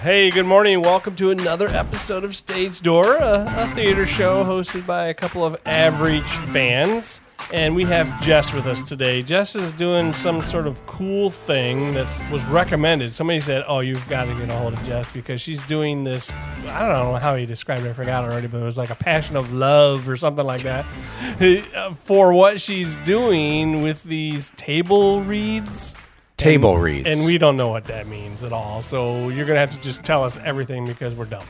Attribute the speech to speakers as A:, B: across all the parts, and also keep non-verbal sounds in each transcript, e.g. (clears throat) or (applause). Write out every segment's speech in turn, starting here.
A: Hey, good morning. and Welcome to another episode of Stage Door, a, a theater show hosted by a couple of average fans. And we have Jess with us today. Jess is doing some sort of cool thing that was recommended. Somebody said, Oh, you've got to get a hold of Jess because she's doing this. I don't know how he described it. I forgot already, but it was like a passion of love or something like that (laughs) for what she's doing with these table reads.
B: Table reads.
A: And we don't know what that means at all. So you're going to have to just tell us everything because we're dumb.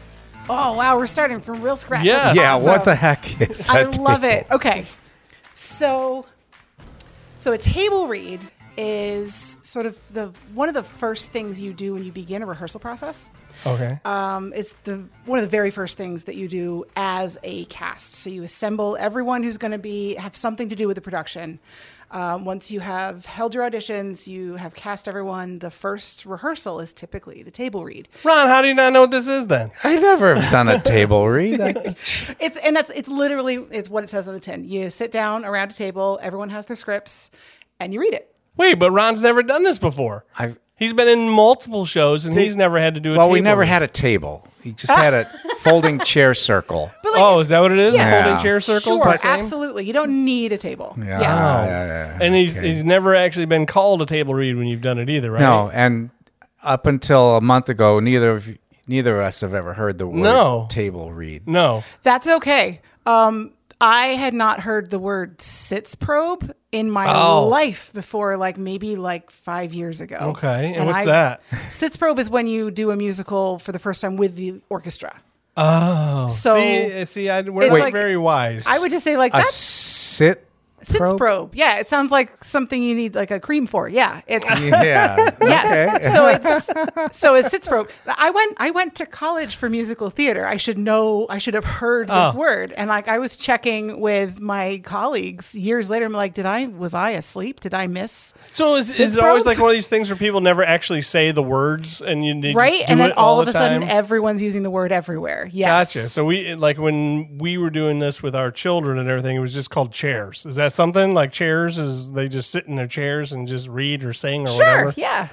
C: Oh wow, we're starting from real scratch.
A: Yeah.
B: (laughs)
C: That's
B: Yeah,
C: awesome.
B: what the heck is
C: I
B: that
C: love
B: table?
C: it. Okay, so so a table read is sort of the one of the first things you do when you begin a rehearsal process.
A: Okay.
C: Um, it's the one of the very first things that you do as a cast. So you assemble everyone who's going to be have something to do with the production. Um, once you have held your auditions, you have cast everyone. The first rehearsal is typically the table read.
A: Ron, how do you not know what this is then?
B: I never have done a table (laughs) read. I,
C: It's and that's it's literally it's what it says on the tin. You sit down around a table, everyone has their scripts, and you read it.
A: Wait, but Ron's never done this before.
B: I-
A: he's been in multiple shows and he's never had to do a
B: well, we
A: table
B: never
A: read.
B: had a table. We just had
C: (laughs)
B: a folding chair circle.
C: But
A: Oh, is that what it is?
C: Yeah.
A: Folding
B: Yeah.
A: chair circles?
C: sure, Oh,
A: the same? Oh.
C: absolutely. You don't need a table.
B: Yeah. yeah, yeah, yeah.
A: And he's, he's never actually been called a table read when you've done it either, right?
B: No, and up until a month ago, neither of you- neither of us have ever heard the word
A: No.
B: table read.
A: No.
C: That's okay. Um, I had not heard the word sits probe in my
A: Oh.
C: life before, like maybe like five years ago.
A: Okay, and what's that?
C: (laughs) Sits probe is when you do a musical for the first time with the orchestra.
A: Oh.
C: So-
A: see, see I, we're
C: It's
A: not
C: like-
A: very wise.
C: I would just say like
B: A
C: that's
B: sit
C: sits probe?
B: probe?
C: Yeah, it sounds like something you need like a cream for. Yeah, it's
B: (laughs) Yeah.
C: (laughs) Yes. So it's so it's sits probe. I went I went to college for musical theater. I should know I should have heard this
A: Oh.
C: word. And like I was checking with my colleagues years later. I'm like, did I was I asleep? Did I miss?
A: So is, is
C: Sits
A: it always
C: probes?
A: like one of these things where people never actually say the words and you need
C: Right?
A: do
C: And then
A: it
C: all,
A: all
C: of
A: the
C: a sudden
A: time?
C: everyone's using the word everywhere. Yes.
A: Gotcha. So we like when we were doing this with our children and everything, it was just called chairs. Is that something like chairs? Is they just sit in their chairs and just read or sing or
C: Sure.
A: whatever? Uh-huh.
C: Yeah.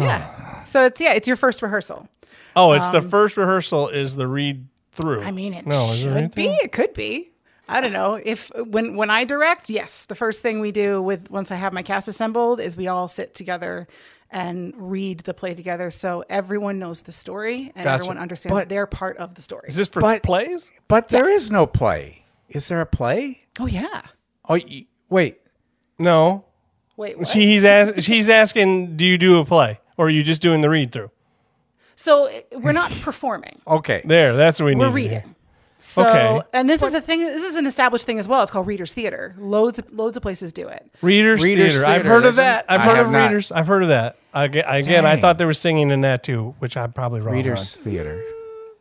C: Yeah. So it's yeah, it's your first rehearsal.
A: Oh, it's the first rehearsal is the read through.
C: Um, I mean, it
A: no, is there
C: should be.
A: anything?
C: It could be. I don't know if when when I direct, yes, the first thing we do with once I have my cast assembled is we all sit together and read the play together, so everyone knows the story and
A: Gotcha.
C: everyone understands
B: But-
C: their part of the story.
A: Is this for
B: But-
A: plays?
B: But there is no play. Is there a play?
C: oh yeah.
B: Oh, you, wait.
A: No.
C: Wait. What?
A: She, he's ask, she's asking, do you do a play or are you just doing the read through?
C: so it- we're not performing.
B: Okay.
A: There, that's what we need.
C: We're
A: to hear.
C: reading. So,
A: Okay.
C: and this is a thing. This is an established thing as well. It's called readers' theater. Loads, of, loads of places do it.
A: Readers,
B: Readers
A: theater. I've
B: Theater.
A: heard of
B: That's-
A: that. I've
B: I
A: heard
B: have
A: of
B: not.
A: readers. I've heard of that. I, ge- I- again, I
B: Dang.
A: thought there was singing in that too, which I'm probably wrong.
B: Readers theater.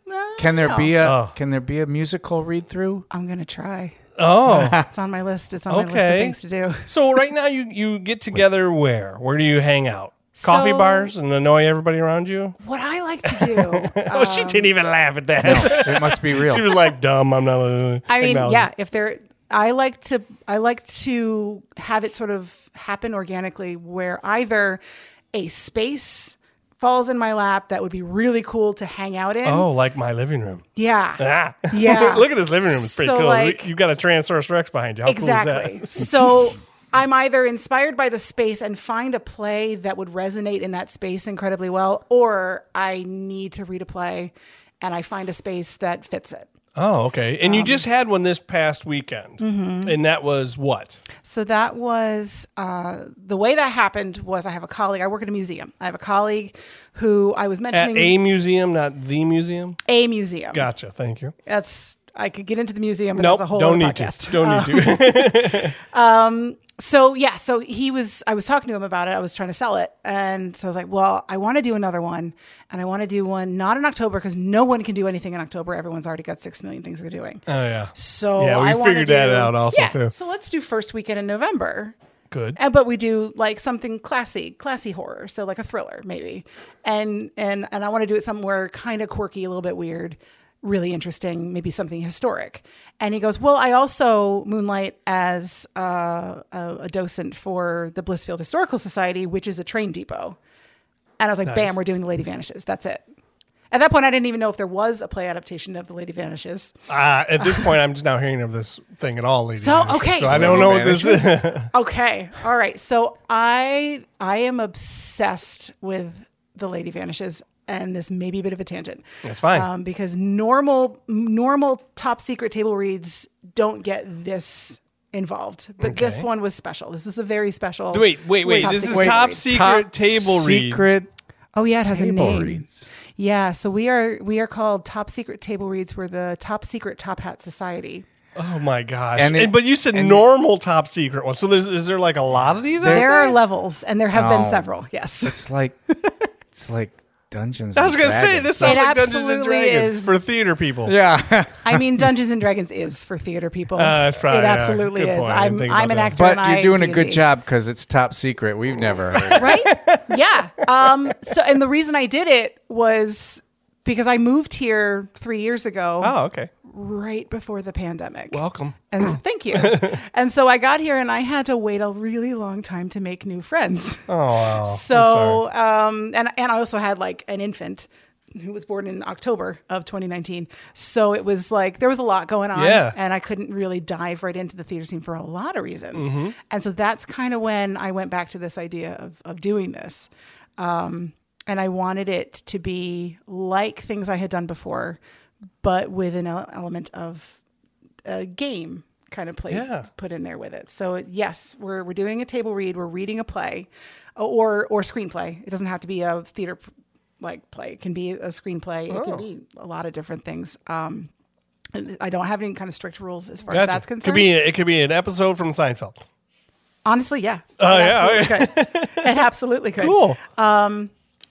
C: No,
B: Can there be a
A: Oh.
B: can there be a musical read through?
C: I'm gonna try.
A: on. Oh,
C: It's on my list. It's on my list of
A: Okay.
C: things to do. (laughs)
A: so right now you you get together where? Where do you hang out? Coffee
C: So- Um,
A: bars and annoy everybody around you?
C: What I like
A: (laughs)
C: to do.
A: oh, she didn't even laugh at that.
B: It must be
C: (laughs)
A: (laughs)
B: real.
A: she was like, "Dumb, I'm not." uh,
C: I mean,
A: acknowledging."
C: yeah, if there I like to I like to have it sort of happen organically where either a space falls in my lap that would be really cool to hang out in.
A: Oh, like my living room. (laughs)
C: Yeah.
A: Ah.
C: Yeah.
A: Look at this living room. It's pretty
C: So,
A: cool.
C: like-
A: You've got a Tyrannosaurus Rex behind you. How cool
C: Exactly.
A: is (laughs)
C: so I'm either inspired by the space and find a play that would resonate in that space incredibly well, or I need to read a play and I find a space that fits it.
A: that? Oh, okay. And
C: Um,
A: you just had one this past weekend,
C: Mm-hmm.
A: and that was what?
C: So that was uh, the way that happened was I have a colleague. I work at a museum. I have a colleague who I was
A: At
C: mentioning
A: a museum, not the museum.
C: a museum.
A: Gotcha. Thank you.
C: That's I could get into the museum. And
A: Nope.
C: that's a whole
A: Don't
C: other
A: need
C: podcast. Um,
A: to. Don't need to.
C: So yeah, so he was. I was talking to him about it. I was trying to sell it, and so I was like, "Well, I want to do another one, and I want to do one not in October because no one can do anything in October. Everyone's already got six million things they're doing.
A: (laughs) oh yeah.
C: So
A: Yeah, we
C: I wanna
A: figured that
C: do-
A: out also,
C: yeah,
A: too.
C: So let's do first weekend in November.
A: Good.
C: And, but we do like something classy, classy horror, so like a thriller maybe. And and and I want to do it somewhere kind of quirky, a little bit weird, really interesting, maybe something historic. And he goes, "Well, I also moonlight as uh, a, a docent for the Blissfield Historical Society, which is a train depot." And I was like, "Bam, we're doing the Lady Vanishes. That's it." At that point, I didn't even know if there was a play adaptation of The Lady Vanishes.
A: Uh, at this point, I'm just now hearing of this thing at all, lady.
C: So,
A: Vanishes,
C: okay,
A: so I
C: so-
A: don't know what this is.
C: Okay, all right. So I I am obsessed with The Lady Vanishes, and this may be a bit of a tangent.
A: That's fine.
C: um, because normal normal top secret table reads don't get this involved, but this
A: Okay.
C: one was special. This was a very special.
A: wait, wait, wait.
C: top
A: This is
C: secret
A: top
C: read.
A: secret
B: Top
A: table read.
B: secret
C: Oh yeah, it has a
B: table
C: name.
B: reads.
C: Yeah, so we are we are called top secret table reads. We're the top secret top hat society.
A: Oh my gosh!
B: And it-
A: And- but you said normal top secret one. So there's is there like a lot of these? out
C: There,
A: there?
C: are levels, and there have been
B: Oh.
C: several. Yes.
B: It's
A: (laughs)
B: like it's like Dungeons.
A: I was gonna say this sounds
C: It
A: like Dungeons and
C: absolutely
A: Dragons
C: is.
A: for theater people.
B: (laughs) Yeah,
C: I mean, Dungeons and Dragons is for theater people.
A: Uh, it's probably-
C: it
A: yeah,
C: absolutely
A: good
C: is.
A: point. I didn't
C: I'm
A: think
C: I'm
A: about
C: an
A: that.
C: actor.
B: but
C: and I
B: you're doing a
C: D&D.
B: good job because it's top secret.
A: Oh.
B: We've never
A: (laughs)
B: heard.
C: right?
B: (laughs)
C: yeah. Um, so, and the reason I did it was because I moved here three years ago,
A: Oh, okay.
C: right before the pandemic.
A: Welcome. (clears throat)
C: and so, thank you. and so I got here, and I had to wait a really long time to make new friends.
A: (laughs) Oh, wow. I'm sorry.
C: So, um, and and I also had like an infant who was born in October of 2019. So it was like there was a lot going on,
A: Yeah.
C: and I couldn't really dive right into the theater scene for a lot of reasons.
A: Mm-hmm.
C: And so that's kind of when I went back to this idea of of doing this. Um, and I wanted it to be like things I had done before, but with an el- element of a game kind of play
A: Yeah.
C: put in there with it. So yes, we're we're doing a table read, we're reading a play uh, or or screenplay. It doesn't have to be a theater like play. It can be a screenplay. It
A: Oh.
C: can be a lot of different things. Um and I don't have any kind of strict rules as far
A: Gotcha.
C: as that's
A: Could
C: concerned.
A: be it could be an episode from Seinfeld.
C: Honestly, yeah.
A: Oh,
C: it
A: yeah,
C: Absolutely
A: (laughs)
C: could. It absolutely could.
A: Cool.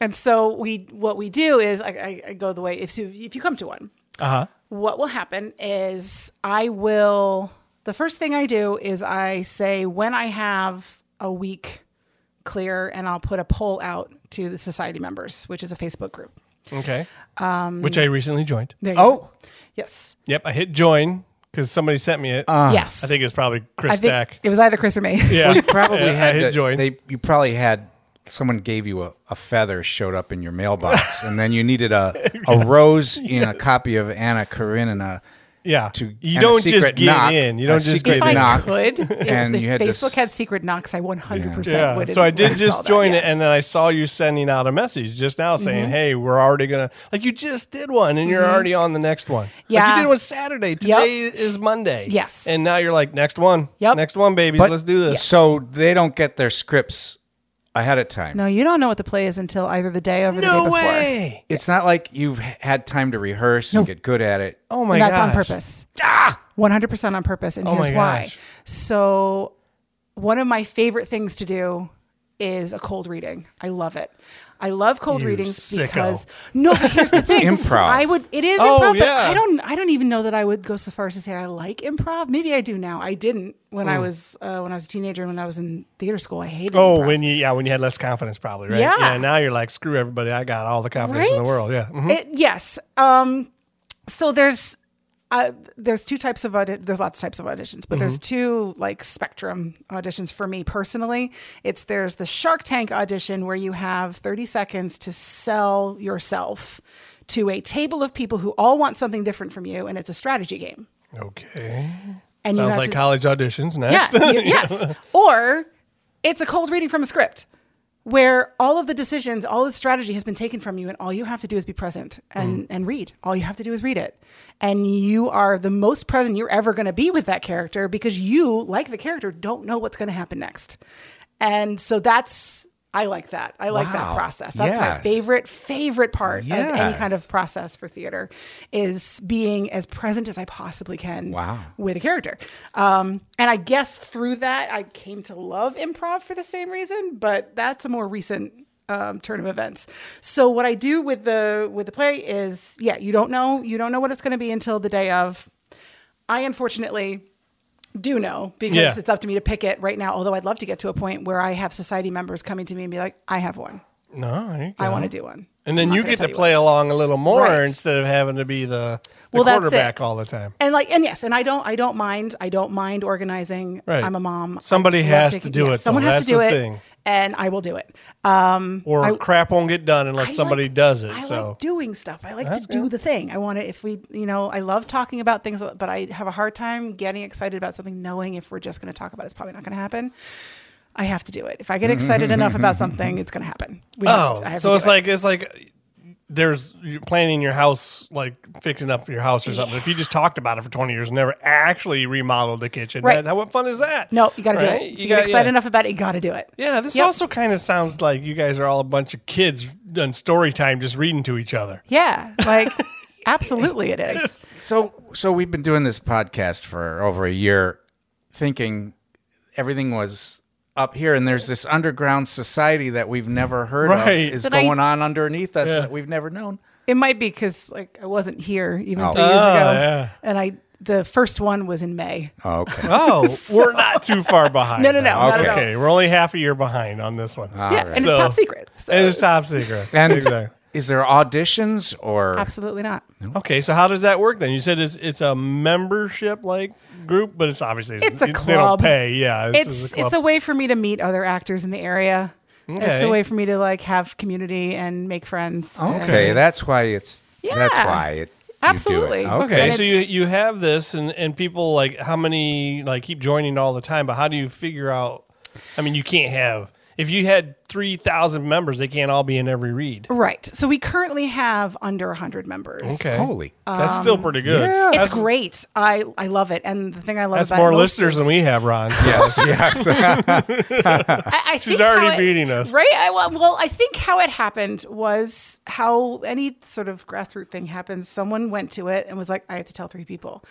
C: And so we what we do is I, I, I go the way if you if you come to one,
A: Uh huh.
C: what will happen is I will the first thing I do is I say when I have a week clear and I'll put a poll out to the society members, which is a Facebook group.
A: Okay. Um, Which I recently joined.
C: There you go.
B: Oh,
C: Yes.
A: Yep, I hit join because somebody sent me it.
C: yes.
A: I think it's probably Chris
C: Uh, I think
A: Stack.
C: it was either Chris or me.
A: Yeah,
B: probably
A: Yeah,
B: had
A: I hit
B: to-
A: join.
B: They you probably had someone gave you a, a feather showed up in
A: (laughs)
B: your mailbox, and then you needed a a rose in a copy of Anna Karenina.
A: yeah,
B: to- and
A: you
B: a
A: don't just
B: secret
A: get
B: knock,
A: in. You
B: a
A: don't just
B: secret
A: get
C: (laughs) If I
A: in.
B: knock.
C: could, if,
B: And
C: if
B: you had to
C: Facebook
B: s-
C: had secret knocks, I 100%
A: Yeah,
C: would.
A: so I did
C: install
A: just
C: that, Mm-hmm.
A: join
C: yes.
A: it, and then I saw you sending out a message just now saying, "Hey, we're already gonna like you just did one, and you're already on the next one. like
C: Mm-hmm. Yeah.
A: you did one Saturday. Today is Monday.
C: Yes.
A: and now you're like next one.
C: Yep.
A: next one, babies. Let's do this.
B: So they don't get their scripts ahead of time.
C: no, you don't know what the play is until either the day or the day
A: no
C: before.
A: way.
B: It's not like you've h- had time to rehearse and get good at it.
A: Oh my
C: And
A: god,
C: that's on purpose. 100% on purpose. And here's
A: my
C: why.
A: gosh.
C: So, one of my favorite things to do is a cold reading. I love it. I love cold
A: You
C: readings
A: sicko.
C: because no,
A: (laughs)
C: but here's the thing.
B: improv.
C: I would it is
A: Oh,
C: improv, but
A: yeah.
C: I don't I don't even know that I would go so far as to say I like improv. Maybe I do now. I didn't when I was uh, when I was a teenager and when I was in theater school. I hated
A: Oh,
C: improv.
A: when you yeah, when you had less confidence, probably right.
C: Yeah.
A: now you're like, screw everybody. I got all the confidence in the
C: Right?
A: world. Yeah. Mhm.
C: It, yes. Um, so there's uh, there's two types of audi- there's lots of types of auditions, but there's
A: Mm-hmm.
C: two like spectrum auditions for me personally. It's there's the Shark Tank audition where you have 30 seconds to sell yourself to a table of people who all want something different from you, and it's a strategy game.
A: Okay.
C: And you
A: Sounds
C: have
A: like
C: to-
A: college auditions
C: yeah,
A: next.
B: (laughs)
C: you- yes. Or it's a cold reading from a script where all of the decisions, all the strategy has been taken from you, and all you have to do is be present
B: Mm.
C: and, and read. All you have to do is read it. And you are the most present you're ever going to be with that character because you, like the character, don't know what's going to happen next. And so that's, I like that. I like that
B: Wow.
C: process. That's my
B: Yes.
C: favorite, favorite part of any kind
B: Yes.
C: of process for theater is being as present as I possibly can
B: Wow.
C: with a character. Um, and I guess through that, I came to love improv for the same reason, but that's a more recent um, turn of events. So what I do with the with the play is, yeah, you don't know, you don't know what it's going to be until the day of. I unfortunately do know because
A: Yeah.
C: it's up to me to pick it right now. Although I'd love to get to a point where I have society members coming to me and be like, I have one,
A: (laughs) no, there you
C: I
A: go.
C: want to do one.
A: And then you
C: gonna
A: get
C: tell
A: to
C: you
A: play along a little more
C: Right.
A: instead of having to be the, the
C: Well, that's
A: quarterback
C: it.
A: all the time.
C: And like, and yes, and I don't, I don't mind, I don't mind organizing.
A: Right.
C: I'm a mom. I
A: Somebody
C: love
A: has
C: taking-
A: to do
C: yes,
A: it, though.
C: Someone has
A: That's
C: to do
A: the
C: it.
A: thing.
C: and I will do it. Um,
A: Or
C: I-
A: crap won't get done unless
C: I
A: somebody
C: like-
A: does it.
C: I
A: so
C: like doing stuff. I like
A: That's
C: to do
A: good.
C: the thing. I want to. If we, you know, I love talking about things, but I have a hard time getting excited about something, knowing if we're just going to talk about it, it's probably not going to happen. I have to do it. If I get excited enough about something, it's going to happen. We have
A: Mm-hmm, oh,
C: to- I have to
A: so
C: do
A: it's
C: it.
A: like it's like there's you're planning your house, like fixing up your house or something. If you just talked about it for twenty years, and never actually remodeled the kitchen,
C: Right.
A: that- how what fun is that?
C: no, you got to
A: Right?
C: do it. If
A: You
C: you,
A: got-
C: get excited
A: yeah.
C: enough about it, you got to do it.
A: Yeah, this
C: Yep.
A: also kind of sounds like you guys are all a bunch of kids on story time, just reading to each other.
C: Yeah,
A: (laughs)
C: like absolutely, it is.
B: So so we've been doing this podcast for over a year thinking everything was up here and there's this underground society that we've never heard
A: Right.
B: of is
C: That I-
B: going on underneath us
A: Yeah.
B: that we've never known.
C: It might be because like I wasn't here even
B: Oh.
C: three years
A: Oh,
C: ago,
A: yeah.
C: and I the first one was in May.
B: Oh, okay.
C: (laughs)
A: Oh, we're not too far behind.
C: No, no, no,
A: now.
C: not
B: at all.
A: Okay, we're only half a year behind on this one.
C: yeah,
B: right.
C: and
A: So-
C: it's top secret. So
A: And it's top secret.
B: (laughs) Ah. And
A: exactly.
B: is there auditions or
C: Absolutely not.
A: Okay, so how does that work then? You said it's it's a membership like group, but it's obviously
C: It's a
A: They don't
C: club.
A: pay. Yeah,
C: it's it's a way for me to meet other actors in the area. It's
A: Okay.
C: a way for me to like have community and make friends.
B: Okay, that's why it's that's
C: Yeah.
B: why it you do it.
C: Absolutely.
A: Okay,
C: And
A: so you
C: it's-
A: you have this, and and people like how many like keep joining all the time, but how do you figure out? I mean, you can't have if you had three thousand members, they can't all be in every read.
C: Right. So we currently have under 100 members.
A: Okay, (laughs)
B: Holy.
A: that's still pretty good.
B: yeah.
C: Um, It's
A: that's,
C: great. I, I love it. And the thing I love
A: That's
C: about
A: more
C: it most
A: listeners
C: is-
A: than we have, Ron.
C: (laughs)
B: (laughs) Yes, yes.
C: I, I
A: She's
C: think how
A: already
C: it-
A: beating us.
C: Right. I, well, well, I think how it happened was how any sort of grassroots thing happens. Someone went to it and was like, I have to tell three people.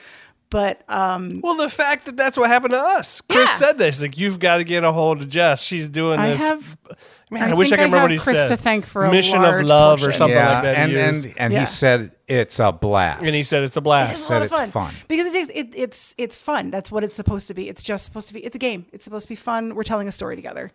C: But um,
A: Well, the fact that that's what happened to us. Chris
C: Yeah.
A: said this. Like, you've got to get a hold of Jess. She's doing
C: I
A: this.
C: have-
A: Man, I,
C: I
A: wish I
C: think
A: could
C: I
A: remember
C: have
A: what he
C: Chris
A: said.
C: to thank for a
A: mission
C: large
A: of love or
C: portion.
A: something
B: yeah,
A: like that.
B: and,
A: he used.
B: and and
C: Yeah.
B: he said it's a blast.
A: And he said it's a
C: It is
A: blast.
C: a lot
B: said
C: of
B: it's
C: fun.
B: fun.
C: because it is. It, it's it's fun. That's what it's supposed to be. It's just supposed to be. It's a game. It's supposed to be fun. We're telling a story together,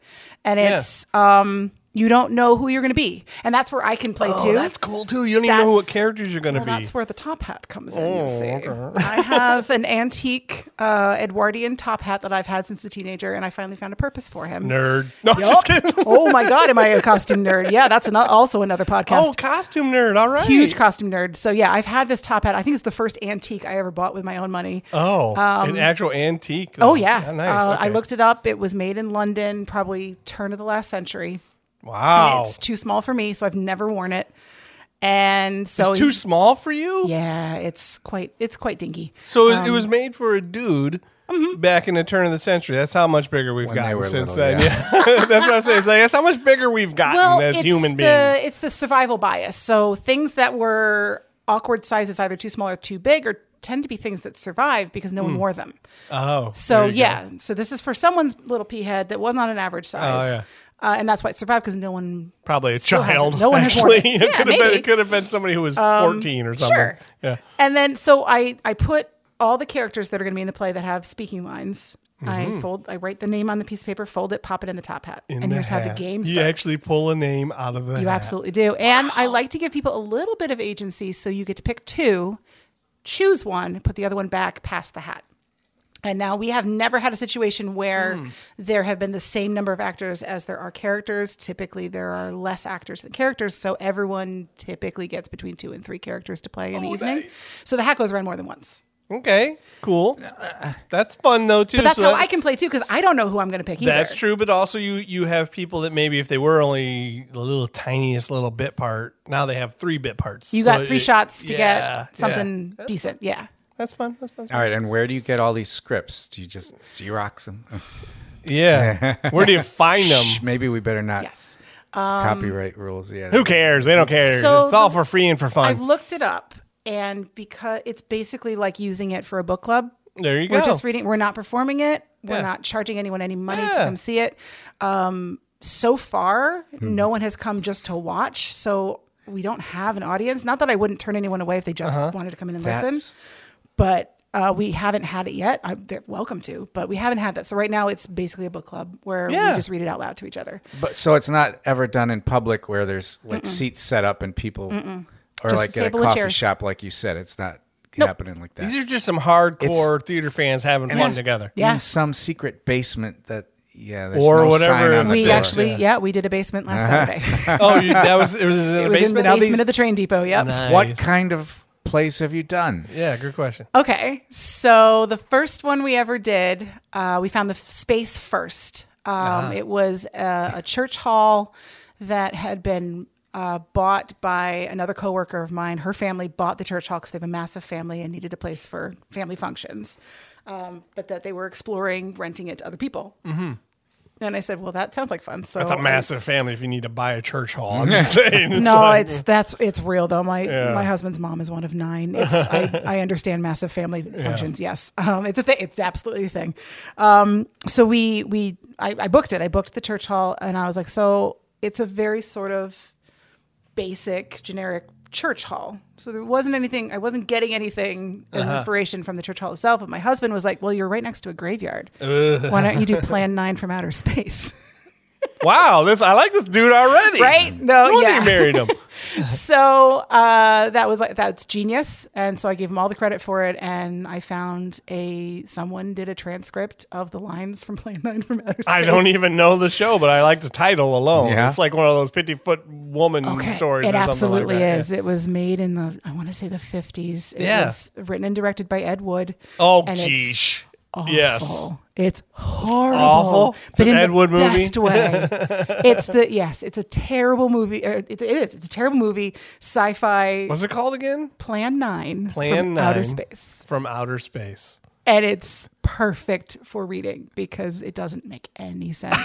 C: and it's um you don't know who you're going to be, and that's where I can play
B: Oh,
C: too.
A: cool too. You don't even
C: Oh, That's-
A: know what characters you're going to
C: well,
A: be. Oh,
C: that's where the top hat comes in. you see, I have an antique uh, Edwardian top hat that I've had since a teenager, and I finally found a purpose for him.
A: Nerd. (laughs) No,
C: Yup.
A: just kidding.
C: (laughs) oh my god, am I a costume nerd? Yeah, that's ano- also another podcast.
A: Oh, costume nerd. All right.
C: Huge costume nerd. So yeah, I've had this top hat. I think it's the first antique I ever bought with my own money.
A: Oh, an actual antique.
C: Um, Oh
A: though.
C: yeah,
A: nice.
C: Uh, I
A: Okay.
C: looked it up. It was made in London, probably turn of the last century.
A: Wow.
C: It's too small for me, so I've never worn it. And so
A: Too small for you.
C: yeah, it's quite it's quite dinky.
A: So it, it
C: Um,
A: was made for a dude.
C: Mm-hmm.
A: Back in the turn of the century, that's how much bigger we've
B: they
A: gotten
B: were
A: since
B: little,
A: then. Yeah. (laughs) that's what I'm saying. It's like, that's how much bigger we've gotten as human
C: the,
A: beings.
C: It's the survival bias. So things that were awkward sizes, either too small or too big, or tend to be things that survive because no one wore them.
A: Oh,
C: So
A: Hmm. there you go.
C: yeah, so this is for someone's little pea head that was not an average size,
A: Oh, yeah.
C: uh, and that's why it survived because no one
A: probably a
C: Still hasn't.
A: child.
C: No one has worn
A: actually,
C: it. Yeah,
A: could have been.
C: maybe.
A: (laughs)
C: Um,
A: It could have been somebody who was 14 or something.
C: sure.
A: Yeah.
C: And then so I I put all the characters that are going to be in the play that have speaking lines. I fold I write the name on the piece of paper, fold it, pop it in the top hat. and
A: Mm-hmm. the
C: here's how the
A: hat.
C: game starts.
A: You actually pull a name out of the
C: You absolutely do. And I like to give people a little bit of agency so you get to pick two, choose one, put the other one back, pass the hat. And now we have never had a situation where
A: Hmm.
C: there have been the same number of actors as there are characters. Typically, there are less actors than characters, so everyone typically gets between two and three characters to play in
A: Oh,
C: the evening. So the hat goes around more than once.
A: Okay, cool. That's fun though too.
C: Uh, But that's
A: So
C: how
A: that-
C: I can play too, because I don't know who I'm going to pick either.
A: That's true, but also you you have people that maybe if they were only the little tiniest little bit part, now they have three bit parts.
C: You
A: So
C: got three
A: it-
C: shots to
A: yeah, yeah.
C: get something decent. Yeah.
A: That's fun. That's fun.
B: All right, and where do you get all these scripts? Do you just Xerox them?
A: (laughs) Yeah. Where do
C: (laughs)
A: you find them?
B: Shh, maybe we better not
C: Yes. Um,
B: copyright rules. Yeah.
A: Who cares? They don't care.
C: So
A: it's all
C: the-
A: for free and for fun.
C: I've looked it up, and because it's basically like using it for a book club.
A: there you go.
C: We're just reading. We're not performing it. We're
A: Yeah.
C: not charging anyone any money to
A: Yeah.
C: come see it. Um, so far,
A: Hmm.
C: no one has come just to watch. So we don't have an audience. Not that I wouldn't turn anyone away if they just
A: Uh-huh.
C: wanted to come in and listen,
B: That's
C: but. Uh, we haven't had it yet. I, they're welcome to, but we haven't had that. So right now, it's basically a book club where
A: Yeah.
C: we just read it out loud to each other.
B: but so it's not ever done in public where there's like seats set up and people, or
C: Just
B: like
C: a
B: at a
C: table and
B: coffee
C: chairs.
B: shop, like you said, it's not happening like that.
A: These are just some hardcore theater fans having fun
B: it's-
A: together.
C: Yeah.
B: In some secret basement that yeah, there's
A: Or
B: no
A: whatever
B: sign on
A: it's
B: the
C: we
A: door.
C: actually,
A: Yeah.
C: yeah. we did a
A: (laughs)
C: basement last Saturday.
A: (laughs) Oh, you, that was it was in the
C: (laughs) it was in the
A: basement.
C: basement
A: Now these-
C: of the train depot. Yep.
A: Nice.
B: What kind of place have you done?
A: Yeah, good question.
C: Okay, so the first one we ever did, uh, we found the f- space first. Um,
A: Ah.
C: It was a, a church hall that had been uh, bought by another coworker of mine. Her family bought the church hall because they have a massive family and needed a place for family functions, um, but that they were exploring renting it to other people. And I said, "Well, that sounds like fun." So
A: Mm-hmm. That's a
C: I-
A: massive family if you need to buy a church hall. (laughs) I'm just saying. It's
C: no,
A: like-
C: it's that's it's real though. My my husband's mom is one of nine. It's, I, I understand massive family functions. Yes, um, it's a thing. It's absolutely a thing. Um, so we we I, I booked it. I booked the church hall, and I was like, so it's a very sort of basic generic church hall. So there wasn't anything. I wasn't getting anything as inspiration from the church hall itself. But my husband was like, well, you're right next to a graveyard. Why don't you do Plan Nine from outer space?
A: wow, this I like this dude already.
C: Right? (laughs) No,
A: No wonder
C: yeah.
A: you married
C: (laughs)
A: him.
C: so uh, that was like that's genius, and so I gave him all the credit for it. And I found a someone did a transcript of the lines from Plan Nine from Outer Space.
A: I don't even know the show, but I like the title alone.
B: Yeah.
A: It's like one of those fifty foot woman
C: Okay.
A: stories.
C: It
A: or
C: absolutely
A: something like that.
C: is. It was made in the I want to say the fifties. It
A: Yeah.
C: was written and directed by Ed Wood.
A: Oh,
C: and it's
A: geesh.
C: Awful.
A: Yes.
C: It's horrible.
A: awful? It's
C: but
A: an
C: in
A: Ed
C: the
A: Wood movie?
C: best
A: (laughs)
C: way. it's the yes, it's a terrible movie. or It's, it is. It's a terrible movie. Sci-fi
A: What's it called again?
C: Plan 9
A: Plan
C: from
A: 9.
C: outer space.
A: From outer space.
C: and it's perfect for reading because it doesn't make any sense.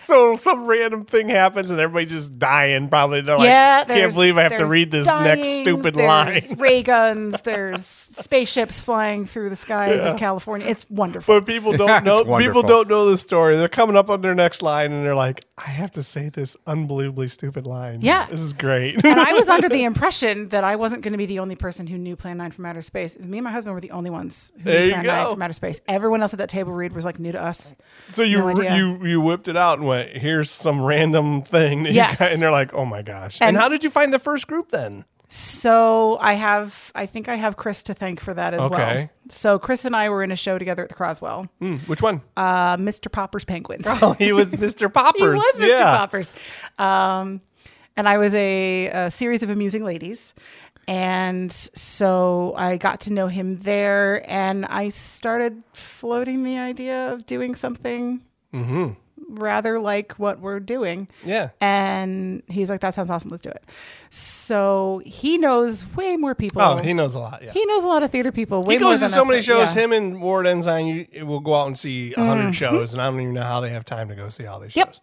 A: So some random thing happens and everybody just dying. Probably they're (laughs) like,
C: yeah,
A: can't
C: there's-
A: believe I have to
C: there's
A: read this next
C: dying,
A: stupid line. (laughs)
C: (laughs) there's Ray guns, there's spaceships flying through the skies of California. It's wonderful.
A: But people don't
B: It's
A: know. People
B: wonderful.
A: don't know the story. They're coming up on their next line, and they're like, "I have to say this unbelievably stupid line."
C: Yeah.
A: this is great.
C: and I was under the impression that I wasn't going to be the only person who knew Plan 9 from Outer Space. Me and my husband were the only ones who
A: There
C: knew
A: you
C: Plan
A: go.
C: 9 from Outer Space. Everyone else at that table read was like new to us.
A: so you
C: No idea.
A: you you whipped it out and went, "Here's some random thing." (laughs) That you
C: Yes.
A: got," and they're like, "Oh my gosh!" And,
C: And-
A: how did you find the first group then?
C: So I have, I think I have Chris to thank for that as well.
A: Okay.
C: So Chris and I were in a show together at the Croswell,
A: Hmm, which one?
C: uh, Mr. Popper's Penguins.
A: (laughs) oh, he was
C: (laughs)
A: Mr. Poppers.
C: He was Mr.
A: Yeah.
C: Poppers. Um, and I was a, a series of amusing ladies. And so I got to know him there and I started floating the idea of doing something
A: Mm-hmm.
C: rather like what we're doing.
A: Yeah.
C: And he's like, that sounds awesome. Let's do it. So he knows way more people.
A: Oh, he knows a lot. Yeah.
C: He knows a lot of theater people. Way
A: He
C: more
A: goes to
C: than
A: so
C: us,
A: many
C: but
A: shows.
C: yeah.
A: Him
C: Mm-hmm.
A: and Ward Ensign you, will go out and see a hundred shows, and I don't even know how they have time to go see all these
C: Yep.
A: shows.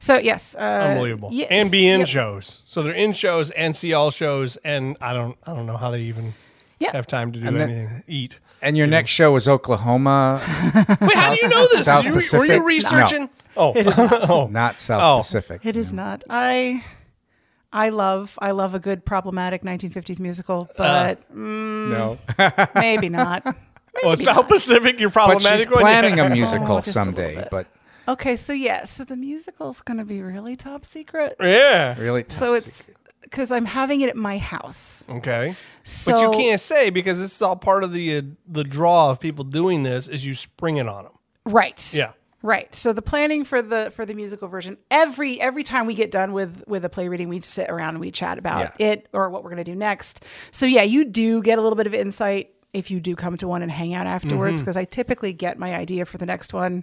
C: So yes, uh,
A: unbelievable
C: yes,
A: and be in
C: yep.
A: shows so they're in shows and see all shows and i don't i don't know how they even
C: Yeah.
A: have time to do
B: then-
A: anything
B: (laughs)
A: eat
B: And your next show was Oklahoma,
A: wait how do you know this
B: South
A: Did you, were you
B: Pacific?
A: researching oh
C: It is
A: oh (laughs)
B: (sighs) not South
A: Oh.
B: Pacific.
C: It is not. I I love I love a good problematic 1950s musical,
A: Uh.
C: but
A: (laughs)
B: No,
C: maybe not.
A: well south pacific you're
B: but she's
A: problematic one, yeah.
B: planning a musical
C: just a little
B: someday.
C: bit.
B: But
C: Okay, so yeah, so the musical's going to be really top secret.
A: (laughs) yeah
B: really,
C: So
B: toxic.
C: it's cuz I'm having it at my house.
A: okay
C: So
A: but you can't say because this is all part of the uh, the draw of people doing this is you spring it on them
C: Right.
A: Yeah.
C: Right. So the planning for the for the musical version every every time we get done with with a play reading we sit around and we chat about
B: Yeah.
C: it or what we're going to do next. So yeah, you do get a little bit of insight if you do come to one and hang out
A: Mm-hmm.
C: afterwards because I typically get my idea for the next one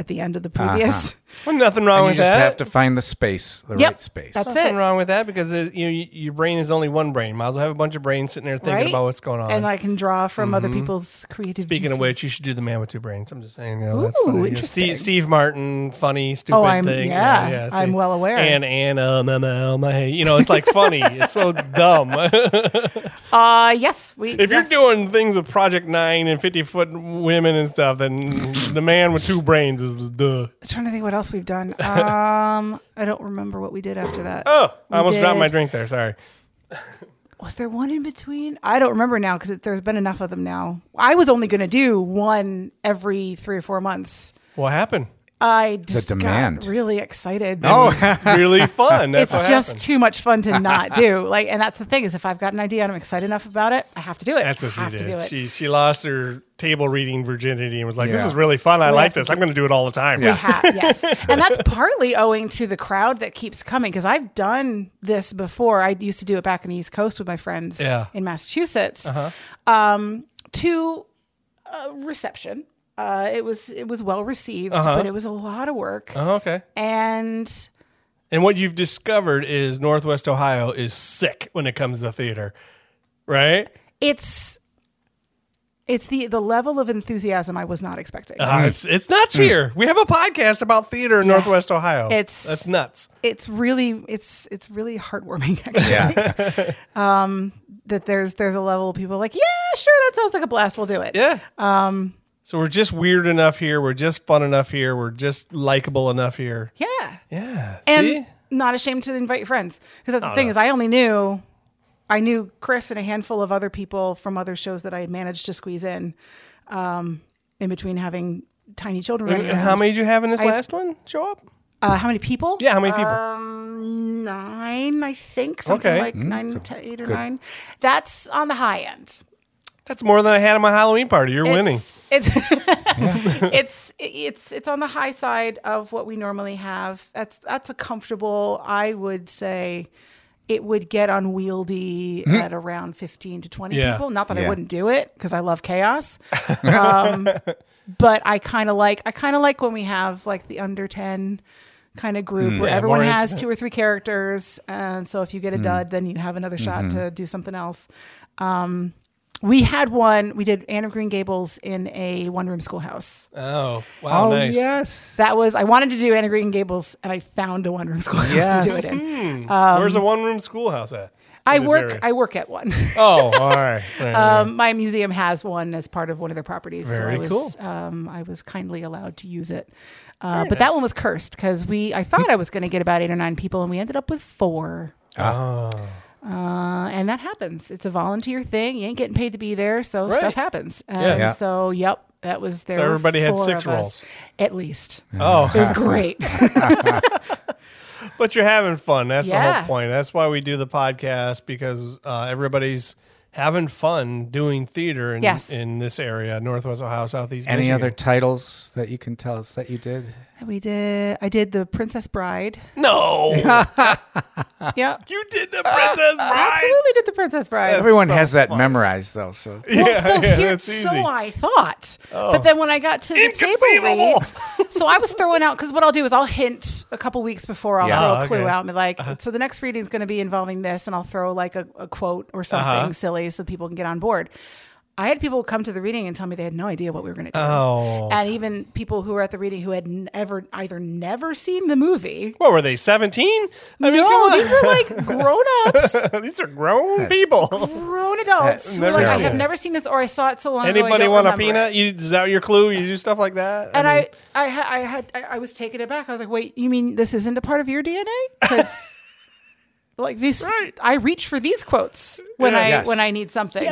C: at the end of the
A: Uh-huh.
C: previous. (laughs)
A: well, nothing wrong
B: you
A: with
B: just
A: that
B: have to find the space, the
C: Yep.
B: right space.
C: That's
A: nothing
C: it.
A: wrong with that because it, you know, your brain is only one brain might as well have a bunch of brains sitting there thinking
C: Right?
A: about what's going on
C: And I can draw from other people's creative
A: Mm-hmm. Speaking
C: juices.
A: of which, you should do the man with two brains. I'm just saying, you know, that's
C: Ooh,
A: funny. You know,
C: interesting. Oh,
A: Steve, Steve Martin, funny, stupid
C: I'm-
A: thing.
C: yeah, I'm well aware.
A: And Anna, um, Mama, my, you know, it's like funny. it's so (laughs) dumb.
C: Uh yes, we
A: if
C: yes.
A: you're doing things with Project Nine and 50 foot women and stuff, then the man with two brains is the.
C: I'm trying to think what else we've done.
A: (laughs)
C: Um I don't remember what we did after that.
A: Oh,
C: We
A: I almost dropped
C: did-
A: my drink there. Sorry.
C: was there one in between? I don't remember now because there's been enough of them now. I was only going to do one every three or four months.
A: What happened?
C: I just
B: demand.
C: got really excited.
A: It's really fun. That's
C: it's
A: what
C: just
A: happened.
C: too much fun to
A: (laughs)
C: not do. Like, and that's the thing is, if I've got an idea and I'm excited enough about it, I have to do it.
A: That's what
C: I
A: she
C: have To do
A: did.
C: it.
A: She she lost her table reading virginity and was like, "This
B: Yeah.
A: is really fun. I like
C: have to
A: this. I'm going to do it all the time."
C: We ha-
A: (laughs)
C: yes, and that's partly owing to the crowd that keeps coming because I've done this before. I used to do it back in the East Coast with my friends
A: Yeah. Uh-huh.
C: in Massachusetts um, to a reception. Uh, it was it was well received,
A: Uh-huh.
C: but it was a lot of work,
A: Oh, okay.
C: and
A: And what you've discovered is Northwest Ohio is sick when it comes to theater, right?
C: it's it's the the level of enthusiasm I was not expecting.
A: Uh, it's it's nuts here. We have a podcast about theater in Northwest Ohio.
C: Mm. It's-
A: that's nuts.
C: it's really it's it's really heartwarming (laughs) actually.
B: Yeah.
C: that there's there's a level of people like yeah sure that sounds like a blast we'll do it
A: Yeah. Um. So we're just weird enough here. We're just fun enough here. We're just likable enough here.
C: yeah
A: Yeah.
C: and
A: see? Oh,
C: not ashamed to invite your friends because that's the thing is I only knew I knew Chris and a handful of other people from other shows that I had managed to squeeze in um, in between having tiny children running
A: And how
C: around.
A: many did you have in this
C: I've-
A: last one? Show up.
C: uh, how many people
A: Yeah. How many people?
C: Uh, nine I think something
A: Okay. Mm,
C: like nine to eight or nine that's on the high end
A: that's more than I had at my Halloween party. You're winning.
C: It's it's (laughs) it's it's it's on the high side of what we normally have. That's that's a comfortable. I would say it would get unwieldy at around fifteen to twenty
A: Yeah.
C: people. Not that I
B: Yeah.
C: wouldn't do it because I love chaos, um, but I kind of like I kind of like when we have like the under ten kind of group where
A: Yeah,
C: everyone
A: more
C: has
A: intimate.
C: two or three characters and so if you
A: Hmm.
C: get a dud then you have another shot
A: Mm-hmm.
C: to do something else Um, we had one. We did Anne of Green Gables in a one room schoolhouse.
A: Oh wow.
B: oh
A: nice.
B: yes.
C: That was I wanted to do Anne of Green Gables, and I found a one room (laughs) schoolhouse to do
B: Yes.
C: it in.
A: Hmm. Where's a one room schoolhouse at?
C: um, I
A: In this
C: work.
A: area?
C: I work at one. (laughs)
A: oh, all right. All right, all right.
C: um, my museum has one as part of one of their properties.
A: Very
C: so I was,
A: cool.
C: Um, I was kindly allowed to use it, uh, but that one was cursed because we. I thought I was going to get about eight or nine people, and we ended up with four.
A: Ah.
C: Uh, and that happens. It's a volunteer thing. You ain't getting paid to be there, so
A: Right.
C: stuff happens. And
A: Yeah.
C: so, yep, that was there. were
A: everybody had
C: four
A: six
C: of us,
A: roles.
C: at least.
A: oh, (laughs)
C: It was great.
A: But you're having fun. That's the
C: Yeah.
A: whole point. That's why we do the podcast because uh, everybody's having fun doing theater in,
C: Yes.
A: in this area, Northwest Ohio, Southeast.
B: Any
A: Michigan.
B: other titles that you can tell us that you did?
C: we did. I did the
A: (laughs)
C: Princess Bride. (laughs)
A: No,
C: Yep.
A: you did the
C: Uh,
A: Princess Bride.
C: Absolutely did the Princess Bride.
B: Everyone has that memorized though, so
C: (laughs)
B: it's-
C: Well,
A: Yeah,
C: so
A: (laughs) yeah,
C: here,
A: that's
C: so
A: easy. Oh.
C: I thought, but then when I got to the table read, so I was throwing out because what I'll do is I'll hint a couple weeks before I'll
B: Yeah.
C: throw
A: Oh,
C: a clue
A: okay.
C: out and be like, so the next reading is going to be involving this, and I'll throw like a, a quote
A: Uh-huh.
C: or something silly so people can get on board. I had people come to the reading and tell me they had no idea what we were going to do,
A: Oh.
C: and even people who were at the reading who had never either never seen the movie.
A: What were they? Seventeen? I mean,
C: no,
A: come on.
C: these were
A: (laughs)
C: like grown ups.
A: these are grown
C: (laughs)
A: people.
C: grown adults. who were
A: never
C: Like, I
A: seen
C: have
A: it.
C: never seen this, or I saw it so long ago. I
A: Anybody
C: don't
A: want a
C: remember it.
A: peanut? You, is that your clue? You do stuff like that?
C: And I, I, ha- I had, I, I was taken aback. I was like, "Wait, you mean this isn't a part of your DNA?" Because, (laughs) like these,
A: Right.
C: I reach for these quotes when
A: Yeah.
C: I
B: Yes.
C: when I need something.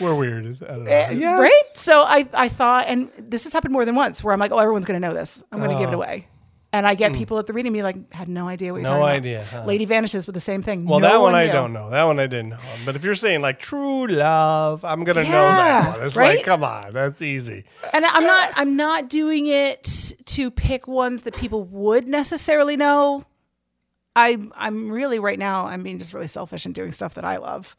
A: we're weird. I don't know.
C: Uh, Right. So I, I thought, and this has happened more than once, where I'm like, "Oh, everyone's going to know this. I'm going to give it away." And I get people at the reading me like, "Had no idea what you're
A: Oh. Mm. No
C: talking about."
A: idea, huh?
C: Lady vanishes with the same thing.
A: Well, that one, I don't know. That one I didn't know. But if you're saying like true love, I'm gonna know
C: Yeah,
A: that one. It's like,
C: right?
A: come on, that's easy.
C: and I'm not I'm not doing it to pick ones that people would necessarily know. I I'm really right now I'm being just really selfish and doing stuff that I love.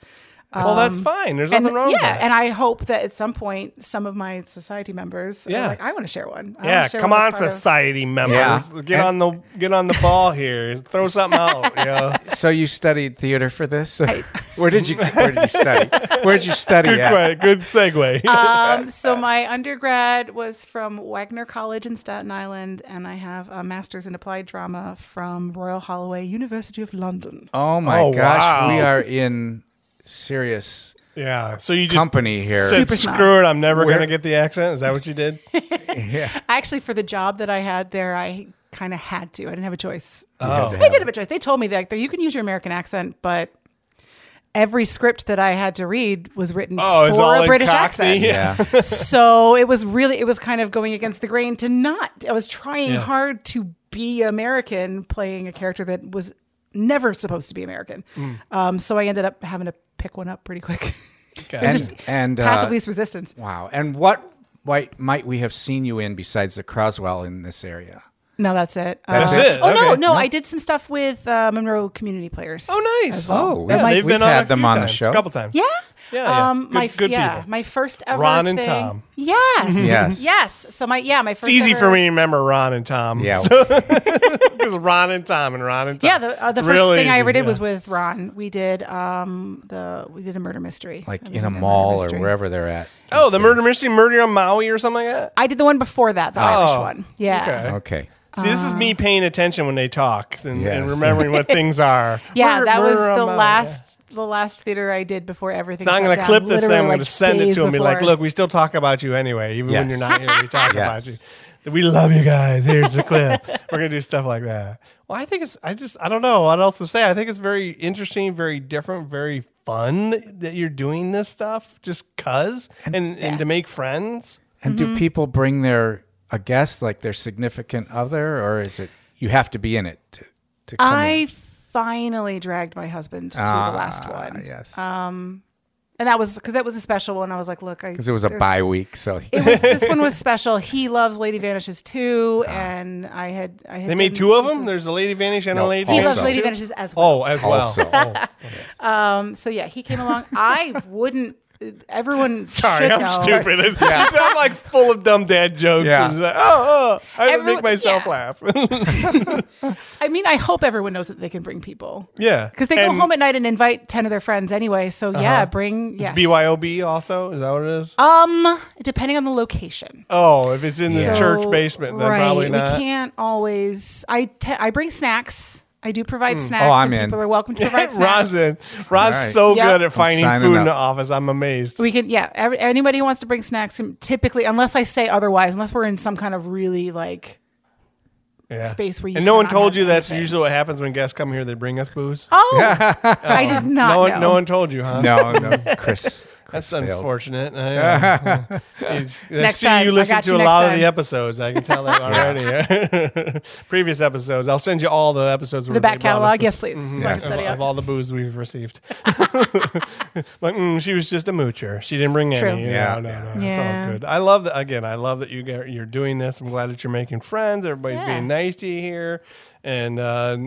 A: well, that's fine. There's
C: Um, And
A: nothing wrong
C: yeah,
A: with that.
C: and I hope that at some point some of my society members
A: Yeah.
C: are like I want to share one. I wanna
A: yeah,
C: share
A: come
C: one
A: on,
C: as part of-
A: society members,
B: Yeah.
A: get on the get on the ball here. Throw something out. You
C: (laughs)
A: know?
B: so you studied theater for this? (laughs) where did you where did you study? Where did you study
A: Good,
B: at?
A: que- good segue.
C: um, so my undergrad was from Wagner College in Staten Island, and I have a master's in applied drama from Royal Holloway University of London.
B: Oh my
A: Oh,
B: gosh,
A: wow.
B: we are in serious
A: yeah. So you just
B: company here.
A: said,
C: Super smart.
A: screw it. I'm never
B: Where-
A: gonna get the accent. Is that what you
B: (laughs)
A: did?
C: Actually, for the job that I had there, I kind of had to. I didn't have a choice.
A: Oh,
B: You had to
C: I
B: have-
C: did have a choice. They told me that like, you can use your American accent, but every script that I had to read was written
A: Oh, it's all
C: for a
A: in
C: British
A: Cockney? (laughs)
C: accent.
B: Yeah.
C: so it was really it was kind of going against the grain to not i was trying
A: Yeah.
C: hard to be american playing a character that was never supposed to be american
A: Mm.
C: um, so i ended up having to pick one up pretty quick (laughs)
B: and and
C: path of
B: uh,
C: least resistance
B: wow. And what might might we have seen you in besides the Croswell in this area?
C: no that's it
A: That's
C: Uh,
A: it?
C: oh no
A: Okay.
C: no i did some stuff with uh, monroe community players
A: Oh, nice.
C: as well.
B: Oh,
A: yeah,
C: That might-
A: they've
B: We've
A: been on
B: had
A: a
B: them
A: few
B: on the
A: times,
B: show.
A: a couple times.
C: yeah
A: Yeah, yeah.
C: Um,
A: Good-
C: my
A: good
C: yeah,
A: people.
C: my first ever
A: Ron and
C: thing-
A: Tom.
C: Yes,
B: Mhm. Yes.
C: yes. So my yeah, my first.
A: It's easy
C: ever-
A: for me to remember Ron and Tom. (laughs)
B: Yeah.
A: because Ron and Tom and Ron and Tom.
C: Yeah, the, uh, the first
A: Real
C: thing I
A: easy,
C: ever did
A: yeah.
C: was with Ron. We did um the we did a murder mystery,
B: like
C: It was
B: in a
C: murder
B: mall or
C: mystery.
B: wherever they're at.
A: oh, the murder mystery, murder on Maui or something like that.
C: I did the one before that, the Irish
A: Oh,
C: one. Yeah,
A: Okay.
C: Uh.
B: Okay.
A: See, this is me paying attention when they talk and, and
B: Yes.
A: remembering
C: (laughs)
A: what things are.
C: yeah,
A: Murder-
C: that was
A: murder on
C: the
A: Maui, yeah.
C: last the last theater I did before everything.
A: So I'm
C: going
A: going to
C: to
A: clip this and I'm going to send it to him and be like, look, we still talk about you anyway, even when
B: Yes.
A: you're not here, we talk about
B: (laughs) Yes.
A: you. We love you guys. Here's the clip. We're going to do stuff like that. Well, I think it's, I just, I don't know what else to say. I think it's very interesting, very different, very fun that you're doing this stuff just because and, and, to make friends.
B: And
C: Mm-hmm.
B: do people bring their a guest like their significant other, or is it you have to be in it to, to come in?
C: I finally dragged my husband to the last
B: Ah,
C: one, Uh,
B: Yes,
C: and that was because that was a special one. I was like, look,
B: because it was a bye week, so
C: It was, this
A: (laughs)
C: one was special. He loves Lady Vanishes too, and I had I had
A: Ah. They made
C: done-
A: two of
C: this
A: them.
C: is-
A: There's a Lady Vanish and a
B: No,
A: Lady
C: He
B: also.
C: loves
A: Vanish
C: Lady
A: too?
C: Vanishes as
A: Oh,
C: well.
A: as well.
B: Also.
A: Oh.
C: Um, so yeah, he came along. I wouldn't.
A: (laughs) (laughs)
C: Everyone.
A: Sorry,
C: should
A: I'm
C: know.
A: stupid. (laughs) I'm like full of dumb dad jokes.
B: Yeah.
A: And, uh, oh, oh, I just
C: Everyone-
A: make myself
C: yeah.
A: laugh. (laughs)
C: I mean, I hope everyone knows that they can bring people
A: yeah,
C: because they
A: And Uh-huh.
C: go home at night and invite ten of their friends anyway. So yeah, bring yes.
A: BYOB also is that what it is?
C: Um, depending on the location.
A: oh, if it's in the
B: Yeah.
A: church
C: So,
A: basement, then
C: right,
A: probably not.
C: We can't always. I te- I bring snacks. I do provide
A: Hmm.
C: snacks.
B: Oh, I'm
C: and
B: in.
C: People are welcome to
A: (laughs)
C: provide snacks.
A: Ron's in. Ron's
B: Right.
A: so
C: Yep.
A: good at
C: I'm
A: finding
B: signing
A: food in
B: up.
A: the office. I'm amazed.
C: We can, yeah. Every, anybody who wants to bring snacks, and typically, unless I say otherwise, unless we're in some kind of really like,
A: Yeah.
C: space where you
A: and no one
C: cannot
A: told
C: have
A: you that's
C: anything.
A: usually what happens when guests come here. They bring us booze.
C: oh, (laughs) I did not.
A: Um, no one,
C: know.
A: no one told you, huh?
B: (laughs) no, no,
C: (laughs)
B: Chris.
A: That's
B: failed. (laughs)
A: unfortunate. I, uh, (laughs) it's- I
C: Next
A: see
C: time.
A: you
C: I
A: listen
C: got
A: to
C: you
A: a
C: next
A: lot of
C: time.
A: the episodes. I can tell
B: (laughs)
C: (laughs)
A: that already. (laughs) Previous episodes. I'll send you all the episodes.
C: the back catalog. Yes, please. So I can
B: Yes.
C: set it
A: Of
C: up.
A: Mm-hmm. all the booze we've received, (laughs) like mm, she was just a moocher. She didn't bring
C: True.
A: any. No, no,
B: Yeah.
A: no,
C: Yeah.
A: It's all good. I love that. Again, I love that you get, you're doing this. I'm glad that you're making friends. Everybody's
C: Yeah.
A: being nice to you here, and uh,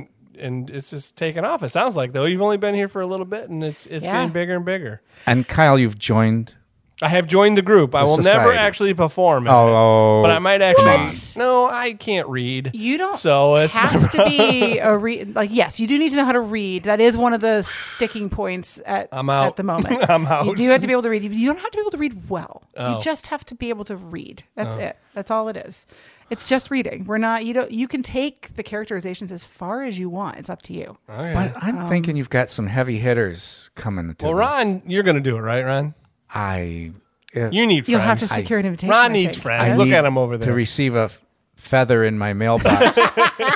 A: and it's just taking off. It sounds like though you've only been here for a little bit, and it's it's
C: Yeah.
A: getting bigger and bigger.
B: And Kyle, you've joined.
A: I have joined the group. I will never
B: society.
A: actually perform. in it,
B: Oh,
A: but I might actually.
C: What?
A: No, I can't read.
C: You don't
A: So it's my
C: have to
A: (laughs)
C: be a read. Like, yes, you do need to know how to read. That is one of the sticking points at,
A: I'm out. (laughs)
C: at the moment.
A: I'm out. Oh.
C: You do have to be able to read. You don't have to be able to read well. You just have to be able to read. That's it. That's all it is. It's just reading. We're not, you don't, you can take the characterizations as far as you want. It's up to you.
B: But I'm
C: Um,
B: thinking you've got some heavy hitters coming. To
A: well,
B: this.
A: Ron, you're going to do it, right, Ron?
B: I if-
A: You need friends.
C: You'll have to secure an invitation.
A: Ron
C: I
A: needs
C: think.
A: friends.
C: Yes.
A: Look
B: need
A: at him over
B: to
A: there.
B: receive a feather in
A: (laughs)
B: my mailbox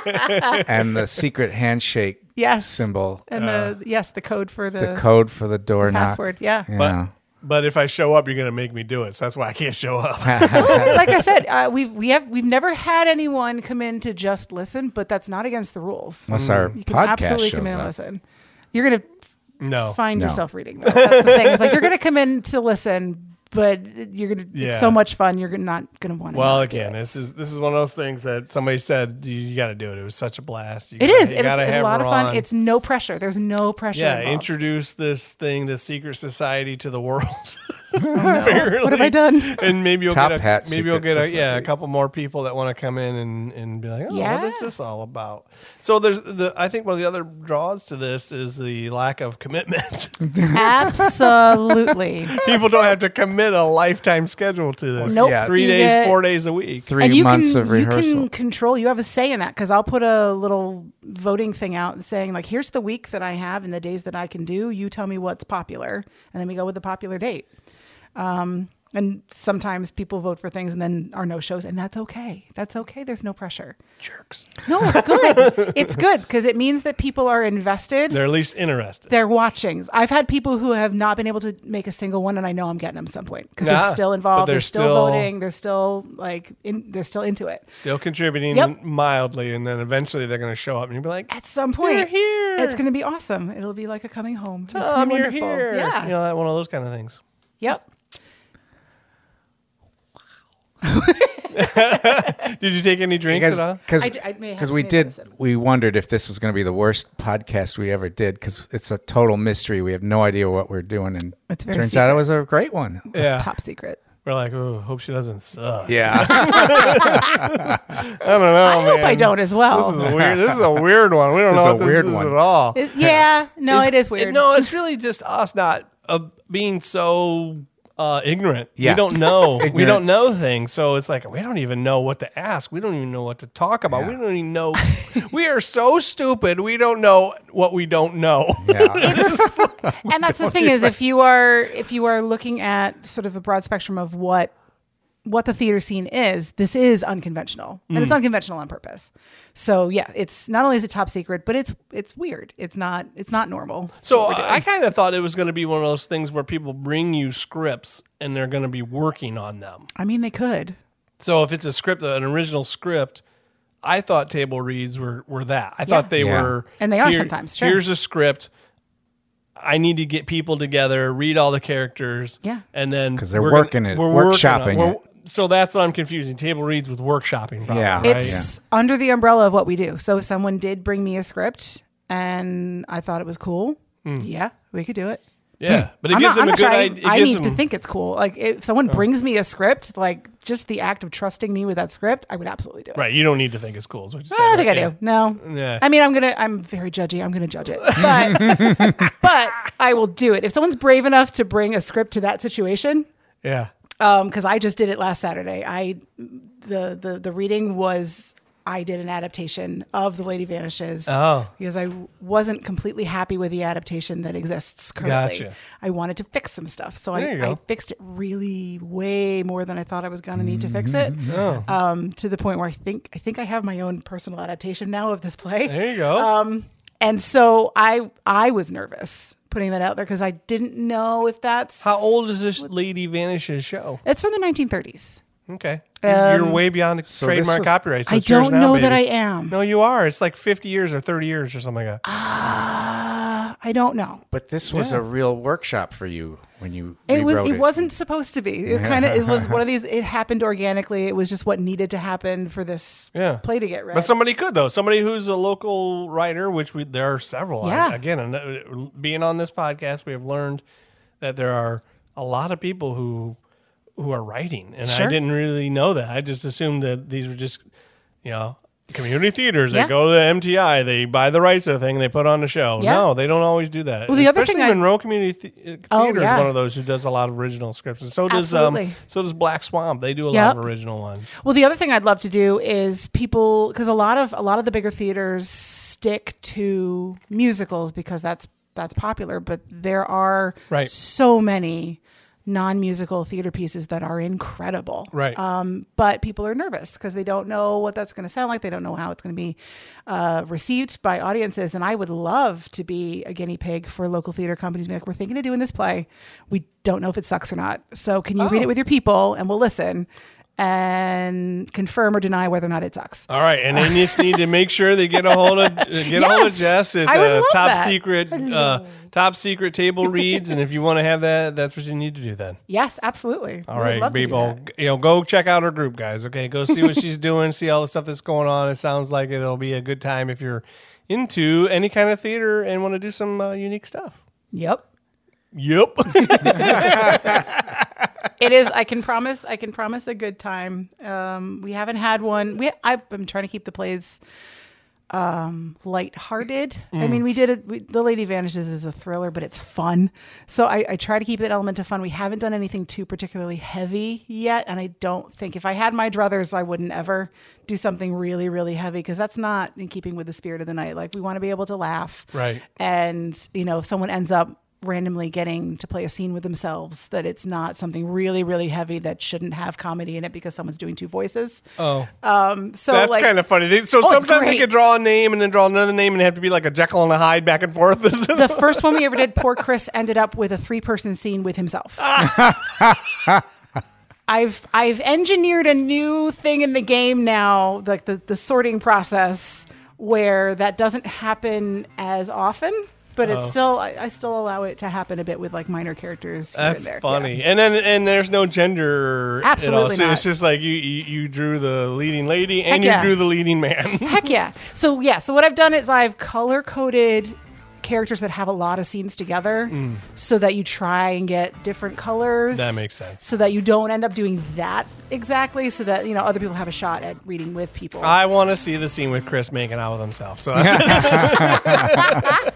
B: and the secret handshake
C: Yes.
B: symbol,
C: And the, yes, the code for the,
B: Uh, the
C: (laughs)
B: code for the door knock.
C: Uh, password. Yeah.
A: but
B: Yeah.
A: but if I show up, you're going to make me do it. So that's why I can't show
B: (laughs)
A: up.
C: like I said, uh, we've we have we've never had anyone come in to just listen, but that's not against the rules.
B: Unless our
C: You can
B: podcast
C: absolutely
B: shows
C: come in and
B: up.
C: listen. You're gonna
A: no.
C: find
B: No.
C: yourself reading though. That's the thing. It's like you're gonna come in to listen, but you're gonna
A: Yeah.
C: it's so much fun. You're gonna- not gonna want to.
A: Well, again, this is this is one of those things that somebody said you, got to do it. It was such a blast. You
C: it
A: gotta-
C: is.
A: You
C: It's,
A: gotta
C: it's a
A: have
C: lot
A: her
C: of fun.
A: on.
C: It's no pressure. There's no pressure.
A: yeah.
C: involved.
A: Introduce this thing, this secret society, to the
B: (laughs)
A: world. (laughs) Apparently.
C: What have I done?
A: and maybe you'll
B: Top
A: get a,
B: Hat
A: maybe you'll
B: Secret
A: get a, yeah a
B: Society.
A: couple more people that want to come in and, and be like oh
C: Yeah.
A: what is this all about so there's the I think one of the other draws to this is the lack of commitment (laughs)
C: Absolutely.
A: people don't have to commit a lifetime schedule to this
C: Nope.
B: Yeah.
A: three
C: You
A: days
C: get-
A: four days a week
B: Three
C: and you
B: months
C: can,
B: of
C: You
B: rehearsal.
C: can control. You have a say in that because I'll put a little voting thing out saying like, "Here's the week that I have and the days that I can do. You tell me what's popular, and then we go with the popular date." Um, And sometimes people vote for things and then are no shows, and that's okay. That's okay. There's no pressure.
A: Jerks.
C: No,
B: (laughs)
C: it's good. it's good because it means that people are invested.
A: They're at least interested.
C: they're watching. I've had people who have not been able to make a single one, and I know I'm getting them some point because
A: Nah,
C: they're still
A: but
C: involved.
A: they're
C: They're, still,
A: still-
C: voting. They're still like in, they're still into it.
A: Still contributing
C: Yep.
A: mildly, and then eventually they're going to show up, and you'll be like,
C: At some point,
A: You're here.
C: It's going to be awesome. It'll be like a coming home. It's gonna be
A: "Tom, you're
C: wonderful.
A: "Oh, here."
C: Yeah.
A: You know, that one of those kind of things.
C: Yep.
A: Did you take any drinks at all?
B: because
C: I d- I may have-
B: because we
C: may have
B: did
C: missed it.
B: we wondered if this was going to be the worst podcast we ever did because it's a total mystery. We have no idea what we're doing, and
C: It's very
B: turns out it
C: secret.
B: was a great one.
A: Yeah.
C: Top secret.
A: We're like, oh, hope she doesn't suck.
B: Yeah,
A: I don't know.
C: I hope I
A: man.
C: don't as well.
A: This is a weird. This is a weird one. We don't
B: This is
A: know
B: a
A: what this
B: weird
A: is
B: one.
A: at all.
C: It- yeah. No,
A: It's-
C: it is weird.
A: it-
C: (laughs)
A: no, it's really just us not uh, being so uh, ignorant.
B: Yeah.
A: We don't
B: (laughs)
A: know. we
B: Ignorant.
A: don't know things. So it's like we don't even know what to ask. We don't even know what to talk about. We don't even know. (laughs) we are so stupid. We don't know what we don't know.
B: (laughs)
C: (laughs)
B: yeah.
C: and that's the thing is if you are if you are looking at sort of a broad spectrum of what what the theater scene is this is unconventional and
A: Mm.
C: it's unconventional on purpose so yeah it's not only is it top secret but it's it's weird it's not it's not normal
A: (laughs) So I kind of thought it was going to be one of those things where people bring you scripts and they're going to be working on them.
C: i mean they could
A: So if it's a script, an original script, I thought table reads were were that. I thought they
B: Yeah.
A: were,
C: And they are sometimes, sure.
A: Here's a script. I need to get people together, read all the characters,
C: Yeah.
A: and then because
B: they're working it, workshopping it.
A: so that's what I'm confusing. Table reads with workshopping. Probably,
B: Yeah.
A: right?
C: it's under the umbrella of what we do so if someone did bring me a script and i thought it was cool yeah we could do it
A: yeah. But Hmm. it
C: hmm. I'm
A: gives
C: not,
A: them
C: I'm
A: a
C: not
A: good
C: sure I,
A: idea.
C: I
A: it gives
C: need
A: them, Oh.
C: to think it's cool. Like if someone brings me a script, like just the act of trusting me with that script, I would absolutely do it.
A: Right, you don't need to think it's cool. Is what you said,
C: I Ah, think
A: right?
C: I do. No.
A: Yeah.
C: I mean, I'm gonna. I'm very judgy. I'm gonna judge it, but
A: (laughs)
C: but I will do it if someone's brave enough to bring a script to that situation.
A: Yeah. yeah.
C: Um, because I just did it last Saturday. I the the the reading was I did an adaptation of The Lady Vanishes.
A: Oh.
C: because I wasn't completely happy with the adaptation that exists currently.
A: Gotcha.
C: I wanted to fix some stuff, so
A: There you
C: I,
A: go.
C: I fixed it really way more than I thought I was gonna need to fix it.
A: Mm-hmm. Oh.
C: Um, to the point where I think I think I have my own personal adaptation now of this play.
A: There you go.
C: Um, And so I I was nervous putting that out there because I didn't know if that's
A: How old is this Lady Vanishes show?
C: It's from the 1930s.
A: Okay, You're- you're way beyond
B: this
A: trademark
B: was-
A: copyright. So
C: Um, I
A: it's yours
C: don't
A: now,
C: know that I
A: baby.
C: am.
A: No, you are. It's like 50 years or 30 years or something like that.
C: Uh, I don't know.
B: But this was a real workshop for you when you
C: It was.
B: rewrote (laughs)
C: It wasn't supposed to be. It kind of. It
A: (laughs)
C: was one of these. It happened organically. It was just what needed to happen for this
A: Yeah.
C: play to get read.
A: But somebody could, though. Somebody who's a local writer, which we, there are several. I-
C: Yeah.
A: again, and, uh, being on this podcast, we have learned that there are a lot of people who who are writing. And I
C: Sure.
A: didn't really know that. I just assumed that these were just, you know, community theaters.
C: Yeah.
A: They go to MTI, they buy the rights to the thing, they put on a show.
C: Yeah.
A: No, they don't always do that.
C: Well, the other
A: Especially
C: thing I-
A: Monroe Community Th- uh,
C: Oh,
A: Theater is
C: yeah.
A: one of those who does a lot of original scripts. And so does um,
C: Absolutely.
A: so does Black Swamp. They do a lot
C: Yep.
A: of original ones.
C: Well, the other thing I'd love to do is people because a lot of a lot of the bigger theaters stick to musicals because that's that's popular. But there are
A: Right.
C: so many non-musical theater pieces that are incredible.
A: Right.
C: Um, but people are nervous because they don't know what that's going to sound like. They don't know how it's going to be uh, received by audiences. And I would love to be a guinea pig for local theater companies. Be like, we're thinking of doing this play. We don't know if it sucks or not. So can you read
A: Oh.
C: it with your people and we'll listen and confirm or deny whether or not it sucks.
A: All right, and they just need to make sure they get a hold of uh, get a hold of
C: Yes,
A: Jess. It's
C: I would
A: uh,
C: love
A: top
C: that.
A: secret, uh, top secret table reads, and if you want to have that, that's what you need to do. Then,
C: Yes, absolutely.
A: all right, people, you know, go check out her group, guys. Okay, go see what she's doing, see all the stuff that's going on. It sounds like it'll be a good time if you're into any kind of theater and want to do some uh, unique stuff.
C: Yep.
A: (laughs) Yep.
C: it is i can promise i can promise a good time um we haven't had one we i've been trying to keep the plays um lighthearted
A: Mm.
C: i mean we did it we, the lady vanishes is a thriller but it's fun so I, I try to keep that element of fun we haven't done anything too particularly heavy yet and i don't think if i had my druthers i wouldn't ever do something really really heavy because that's not in keeping with the spirit of the night like we want to be able to laugh
A: Right.
C: and you know if someone ends up randomly getting to play a scene with themselves that it's not something really really heavy that shouldn't have comedy in it because someone's doing two voices
A: Oh,
C: um so
A: that's
C: like, oh,
A: kind of funny. They, so
C: it's
A: sometimes they
C: great.
A: could draw a name and then draw another name and have to be like a Jekyll and a Hyde back and forth. (laughs)
C: the first one we ever did poor chris ended up with a three person scene
A: (laughs)
C: with himself I've I've engineered a new thing in the game now, like the, the sorting process, where that doesn't happen as often, but
A: Oh.
C: it's still I, I still allow it to happen a bit with like minor characters. Here
A: That's
C: and there.
A: funny. And then and there's no gender. at all.
C: Absolutely
A: So
C: not.
A: it's just like you, you you drew the leading lady and
C: Heck
A: you
C: yeah.
A: drew the leading man.
C: (laughs) Yeah. Heck yeah! So yeah, so what I've done is I've color coded characters that have a lot of scenes together, so that you try and get different colors.
A: Mm. That makes sense.
C: So that you don't end up doing that exactly. So that you know other people have a shot at reading with people.
A: I want to see the scene with Chris making out with himself.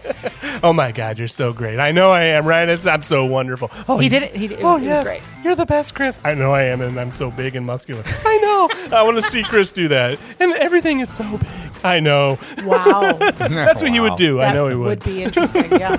C: (laughs)
A: So. oh my God, you're so great. I know I am, right? It's, I'm so wonderful. Oh,
C: he
A: you-
C: did it. He did, it,
A: Oh
C: was, it was
A: yes,
C: great.
A: you're the best, Chris. I know I am, and I'm so big and muscular. I know. I want to see Chris do that, and everything is so big. I know.
C: Wow.
A: (laughs) That's what he would do. I
C: That
A: know he would.
C: be interesting. Yeah.